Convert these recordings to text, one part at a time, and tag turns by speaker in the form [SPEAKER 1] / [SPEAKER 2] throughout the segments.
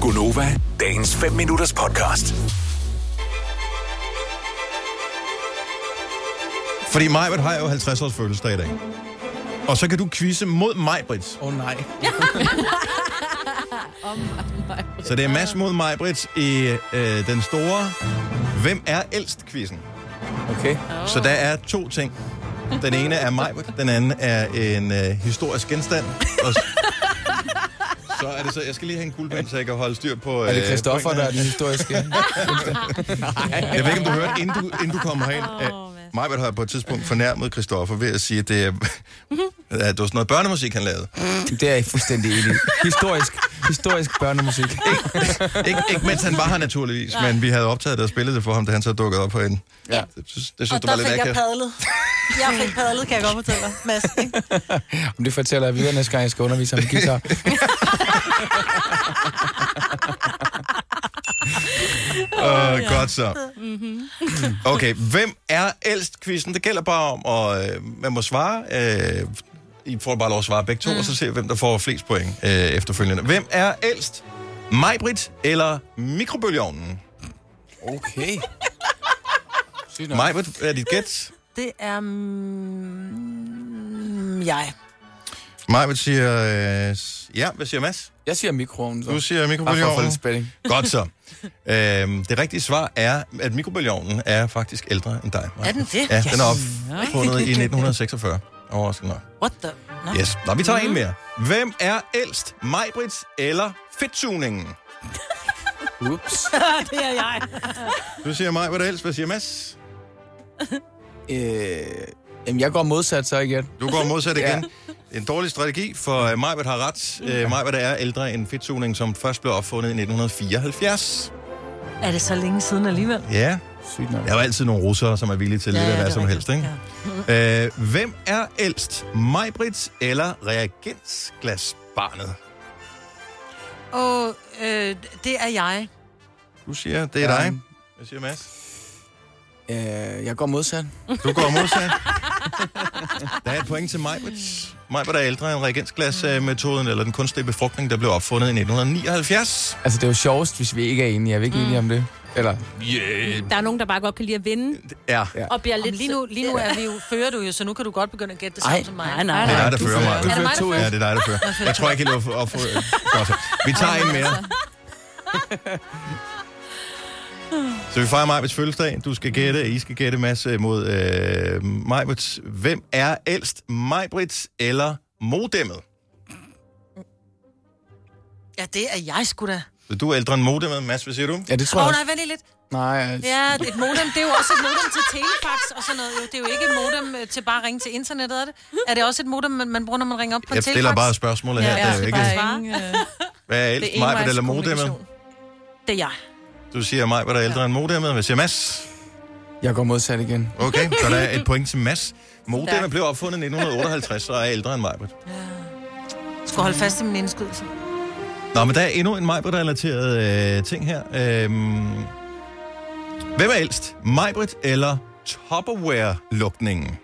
[SPEAKER 1] Gunova, dagens 5 minutters podcast.
[SPEAKER 2] Fordi Majbrit har jo 50 års fødselsdag i dag. Og så kan du quizze mod Majbrit.
[SPEAKER 3] Åh oh, nej.
[SPEAKER 2] Så det er Mads mod Majbrit i øh, den store Hvem er ældst quizzen.
[SPEAKER 3] Okay.
[SPEAKER 2] Så der er to ting. Den ene er Majbrit, den anden er en øh, historisk genstand. Og s- så er det så, jeg skal lige have en guldpind, så jeg kan holde styr på...
[SPEAKER 3] Er det
[SPEAKER 2] øh,
[SPEAKER 3] Christoffer, der
[SPEAKER 2] pointene.
[SPEAKER 3] er den historiske?
[SPEAKER 2] Jeg ved ikke, om du hørte, inden du, inden du kom herind. Oh, Majbert har på et tidspunkt fornærmet Christoffer ved at sige, at det, er, at det var sådan noget børnemusik, han lavede.
[SPEAKER 3] det er jeg fuldstændig enig. i. Historisk, historisk børnemusik.
[SPEAKER 2] Ikke, ikke mens han var her naturligvis, men vi havde optaget det og spillet det for ham, da han så dukkede op herinde.
[SPEAKER 3] Ja.
[SPEAKER 2] Det synes, det synes
[SPEAKER 4] Og
[SPEAKER 2] du var
[SPEAKER 4] der
[SPEAKER 2] lidt
[SPEAKER 4] fik jeg
[SPEAKER 2] akavet.
[SPEAKER 4] padlet. Jeg fik padlet, kan jeg godt fortælle dig, Mads. ikke?
[SPEAKER 3] Om det fortæller jeg videre næste gang, jeg skal undervise ham i guitar.
[SPEAKER 2] Åh, godt så.
[SPEAKER 4] Mhm.
[SPEAKER 2] Okay, hvem er ældst quizzen? Det gælder bare om, og øh, man må svare. Øh, I får bare lov at svare begge to, mm. og så ser vi, hvem der får flest point øh, efterfølgende. Hvem er ældst? Majbrit eller mikrobølgeovnen?
[SPEAKER 3] Okay. Sygt nok.
[SPEAKER 2] Majbrit er dit gæt.
[SPEAKER 4] Det er... Mm, jeg.
[SPEAKER 2] Majbrit siger... Øh, s- ja, hvad siger Mads?
[SPEAKER 3] Jeg siger mikroovnen. Så.
[SPEAKER 2] Du siger
[SPEAKER 3] Bare for at få
[SPEAKER 2] mikrobølgeovnen.
[SPEAKER 3] lidt spænding.
[SPEAKER 2] Godt så. Øhm, det rigtige svar er, at mikrobølgeovnen er faktisk ældre end dig. Maja.
[SPEAKER 4] Er den det?
[SPEAKER 2] Ja,
[SPEAKER 4] Yes.
[SPEAKER 2] den er opfundet i 1946. Overraskende nok.
[SPEAKER 4] What the... Nå.
[SPEAKER 2] Yes. Nå, vi tager en mere. Hvem er ældst? Majbrits eller fedtsugningen?
[SPEAKER 3] Ups.
[SPEAKER 4] det er jeg.
[SPEAKER 2] Du siger mig, hvad der helst. Hvad siger Mads?
[SPEAKER 3] Øh, jamen, jeg går modsat så igen.
[SPEAKER 2] Du går modsat
[SPEAKER 3] Ja.
[SPEAKER 2] igen. En dårlig strategi, for Majbert har ret. Øh, Majbert er ældre end fedtsugningen, som først blev opfundet i 1974.
[SPEAKER 4] Er det så længe siden alligevel?
[SPEAKER 2] Ja,
[SPEAKER 3] Sygt nok.
[SPEAKER 2] der er jo altid nogle russere, som er villige til lidt af
[SPEAKER 4] det
[SPEAKER 2] hvad
[SPEAKER 4] er
[SPEAKER 2] som helst,
[SPEAKER 4] rigtigt.
[SPEAKER 2] ikke? Øh, hvem er ældst? Majbrits eller reagensglasbarnet?
[SPEAKER 4] Ja. Og øh, det er jeg.
[SPEAKER 2] Du siger, det er dig. Hvad siger Mads?
[SPEAKER 3] Øh, jeg går modsat.
[SPEAKER 2] Du går modsat. Der er et point til Majbrits. Majbrit er ældre end reagensglasmetoden, eller den kunstige befrugtning, der blev opfundet i 1979.
[SPEAKER 3] Altså, det er jo sjovest, hvis vi ikke er enige. Er vi ikke enige om det? Eller,
[SPEAKER 2] Yeah.
[SPEAKER 5] Der er nogen, der bare godt kan lide at vinde,
[SPEAKER 2] Ja,
[SPEAKER 3] Ja.
[SPEAKER 5] og bliver
[SPEAKER 4] Lidt
[SPEAKER 5] lidt...
[SPEAKER 4] lige nu, lige nu er vi jo, fører du jo, så nu kan du godt begynde at gætte det
[SPEAKER 3] Ej,
[SPEAKER 4] samme som mig.
[SPEAKER 5] nej, nej.
[SPEAKER 2] det er dig, der
[SPEAKER 3] du
[SPEAKER 2] fører
[SPEAKER 3] fører-
[SPEAKER 2] mig.
[SPEAKER 3] du
[SPEAKER 5] fører
[SPEAKER 2] to,
[SPEAKER 5] 2-1.
[SPEAKER 2] Ja, det er dig, der fører. Jeg tror ikke, at op for... Godt. så. Vi tager en
[SPEAKER 4] altså.
[SPEAKER 2] mere. Så vi fejrer Majbets fødselsdag. Du skal gætte, I skal gætte masse mod øh, Majbets. Hvem er ældst, Majbrits eller modemmet?
[SPEAKER 4] Ja, det er jeg sgu da.
[SPEAKER 2] Så du er ældre end modemmet, Mads, hvad siger du?
[SPEAKER 3] ja, det tror
[SPEAKER 4] Åh,
[SPEAKER 3] jeg
[SPEAKER 4] oh,
[SPEAKER 3] også.
[SPEAKER 4] nej, vent lige lidt.
[SPEAKER 3] Nej, altså,
[SPEAKER 4] Ja, et modem, det er jo også et modem til telefax og sådan noget. Jo. Det er jo ikke et modem øh, til bare at ringe til internettet, er det? Er det også et modem, man, man bruger, når man ringer op på
[SPEAKER 2] Jeg
[SPEAKER 4] telefax?
[SPEAKER 2] stiller bare spørgsmålet her.
[SPEAKER 4] Ja,
[SPEAKER 2] Det
[SPEAKER 4] jeg
[SPEAKER 2] er jo
[SPEAKER 4] skal
[SPEAKER 2] ikke,
[SPEAKER 4] bare-
[SPEAKER 2] hvad er ældst, Majbet eller modemmet?
[SPEAKER 4] Det er jeg.
[SPEAKER 2] Du siger Majbet er ældre end modemmet. Hvad siger Mads?
[SPEAKER 3] jeg går modsat igen.
[SPEAKER 2] Okay, så der er et point til Mads. Modemmet blev opfundet i 1958 og er ældre end Majbet.
[SPEAKER 4] Skal holde fast i min indskydelse.
[SPEAKER 2] Nå, men der er endnu en Majbrit-relateret øh, ting her. Øhm, hvem er ældst? Majbrit eller Tupperware-lukningen?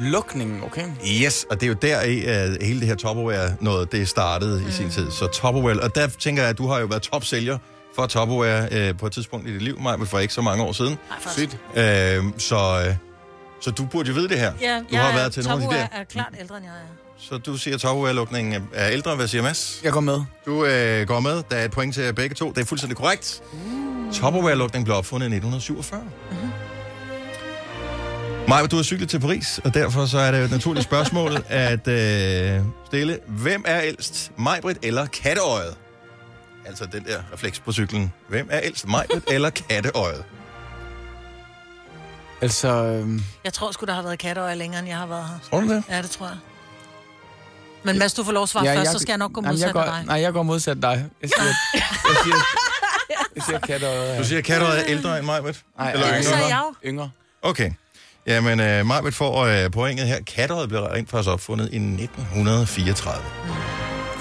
[SPEAKER 3] Lukningen, okay?
[SPEAKER 2] Yes, og det er jo der i uh, hele det her Tupperware noget, det startede mm. i sin tid. Så Tupperware, og der tænker jeg, at du har jo været topsælger for Tupperware uh, på et tidspunkt i dit liv, Majbrit, for ikke så mange år siden.
[SPEAKER 4] Nej, faktisk.
[SPEAKER 3] Sygt.
[SPEAKER 2] Uh, så, uh, så du burde jo vide det her.
[SPEAKER 4] Ja,
[SPEAKER 2] du
[SPEAKER 4] jeg
[SPEAKER 2] har
[SPEAKER 4] er-
[SPEAKER 2] været til nogle af de
[SPEAKER 4] Tupperware
[SPEAKER 2] der. Mm.
[SPEAKER 4] er klart ældre, end jeg er.
[SPEAKER 2] Så du siger, at Tupperware-lukningen er ældre. Hvad siger Mads?
[SPEAKER 3] Jeg går med.
[SPEAKER 2] Du øh, går med. Der er et point til jer begge to. Det er fuldstændig korrekt. Tupperware-lukningen blev opfundet i 1947. Mm-hmm. Maja, du har cyklet til Paris, og derfor så er det jo et naturligt spørgsmål at øh, stille. Hvem er ældst, Majbrit eller Katteøjet? Altså den der refleks på cyklen. Hvem er ældst, Majbrit eller Katteøjet?
[SPEAKER 3] Altså, øhm,
[SPEAKER 4] Jeg tror sgu, der har været katteøje længere, end jeg har været her.
[SPEAKER 2] Tror du det?
[SPEAKER 4] Ja, det tror jeg. Men Mads, du får lov at svare ja, først, så skal jeg nok gå
[SPEAKER 3] Jamen,
[SPEAKER 4] modsat
[SPEAKER 3] jeg går,
[SPEAKER 4] af dig.
[SPEAKER 3] Nej, jeg går modsat dig. Jeg siger, jeg siger, jeg siger kat og...
[SPEAKER 2] Du siger, at Katteøjet er ældre end Majbrit?
[SPEAKER 3] Nej, altså,
[SPEAKER 2] Eller
[SPEAKER 3] nej,
[SPEAKER 4] Det
[SPEAKER 2] yngre?
[SPEAKER 4] sagde jeg jo.
[SPEAKER 3] Yngre.
[SPEAKER 2] Okay. Jamen, øh, Majbrit får øh, pointet her. Katteøjet blev rent faktisk opfundet i 1934.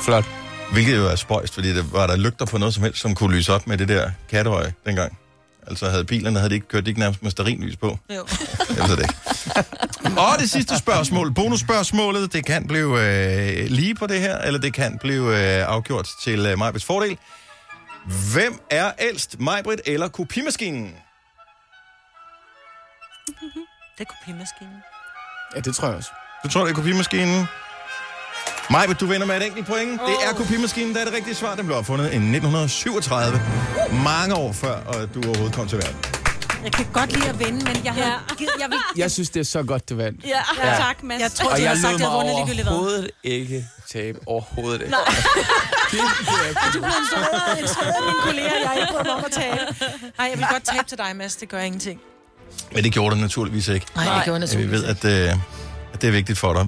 [SPEAKER 3] Flot.
[SPEAKER 2] Hvilket jo er spøjst, fordi der var der lygter på noget som helst, som kunne lyse op med det der katteøje dengang. Altså havde bilerne, havde de ikke kørt de ikke nærmest med sterinlys på.
[SPEAKER 4] Jo.
[SPEAKER 2] Jeg ved det ikke. Og det sidste spørgsmål, bonusspørgsmålet, det kan blive øh, lige på det her, eller det kan blive øh, afgjort til øh, Majbets fordel. Hvem er ældst, Majbrit eller kopimaskinen?
[SPEAKER 4] Det er kopimaskinen.
[SPEAKER 3] Ja, det tror jeg også.
[SPEAKER 2] Du tror, det er kopimaskinen? Majbrit, du vinder med et enkelt point. Oh. Det er kopimaskinen, der er det rigtige svar. Den blev opfundet i 1937. Mange år før, og du overhovedet kom til verden.
[SPEAKER 4] Jeg kan godt lide at vinde, men jeg, havde,
[SPEAKER 5] Ja.
[SPEAKER 4] givet- jeg, vil,
[SPEAKER 3] Jeg synes, det er så godt, det vandt.
[SPEAKER 5] Ja, ja. tak, Mads.
[SPEAKER 4] jeg tror,
[SPEAKER 3] Og
[SPEAKER 4] de
[SPEAKER 3] jeg
[SPEAKER 4] har
[SPEAKER 3] lod
[SPEAKER 4] sagt, at jeg
[SPEAKER 3] mig
[SPEAKER 4] havde vundet ligegyldigt hvad.
[SPEAKER 3] overhovedet ikke tabe. Overhovedet ikke.
[SPEAKER 5] Nej.
[SPEAKER 4] Du blev en større, en større af mine kolleger, jeg ikke prøver om at tale. Nej, jeg vil godt tabe til dig, Mads. Det gør ingenting.
[SPEAKER 2] Men det gjorde den naturligvis ikke.
[SPEAKER 4] Nej, jeg gjorde
[SPEAKER 2] Ja, Vi ved, at, øh, at det er vigtigt for dig.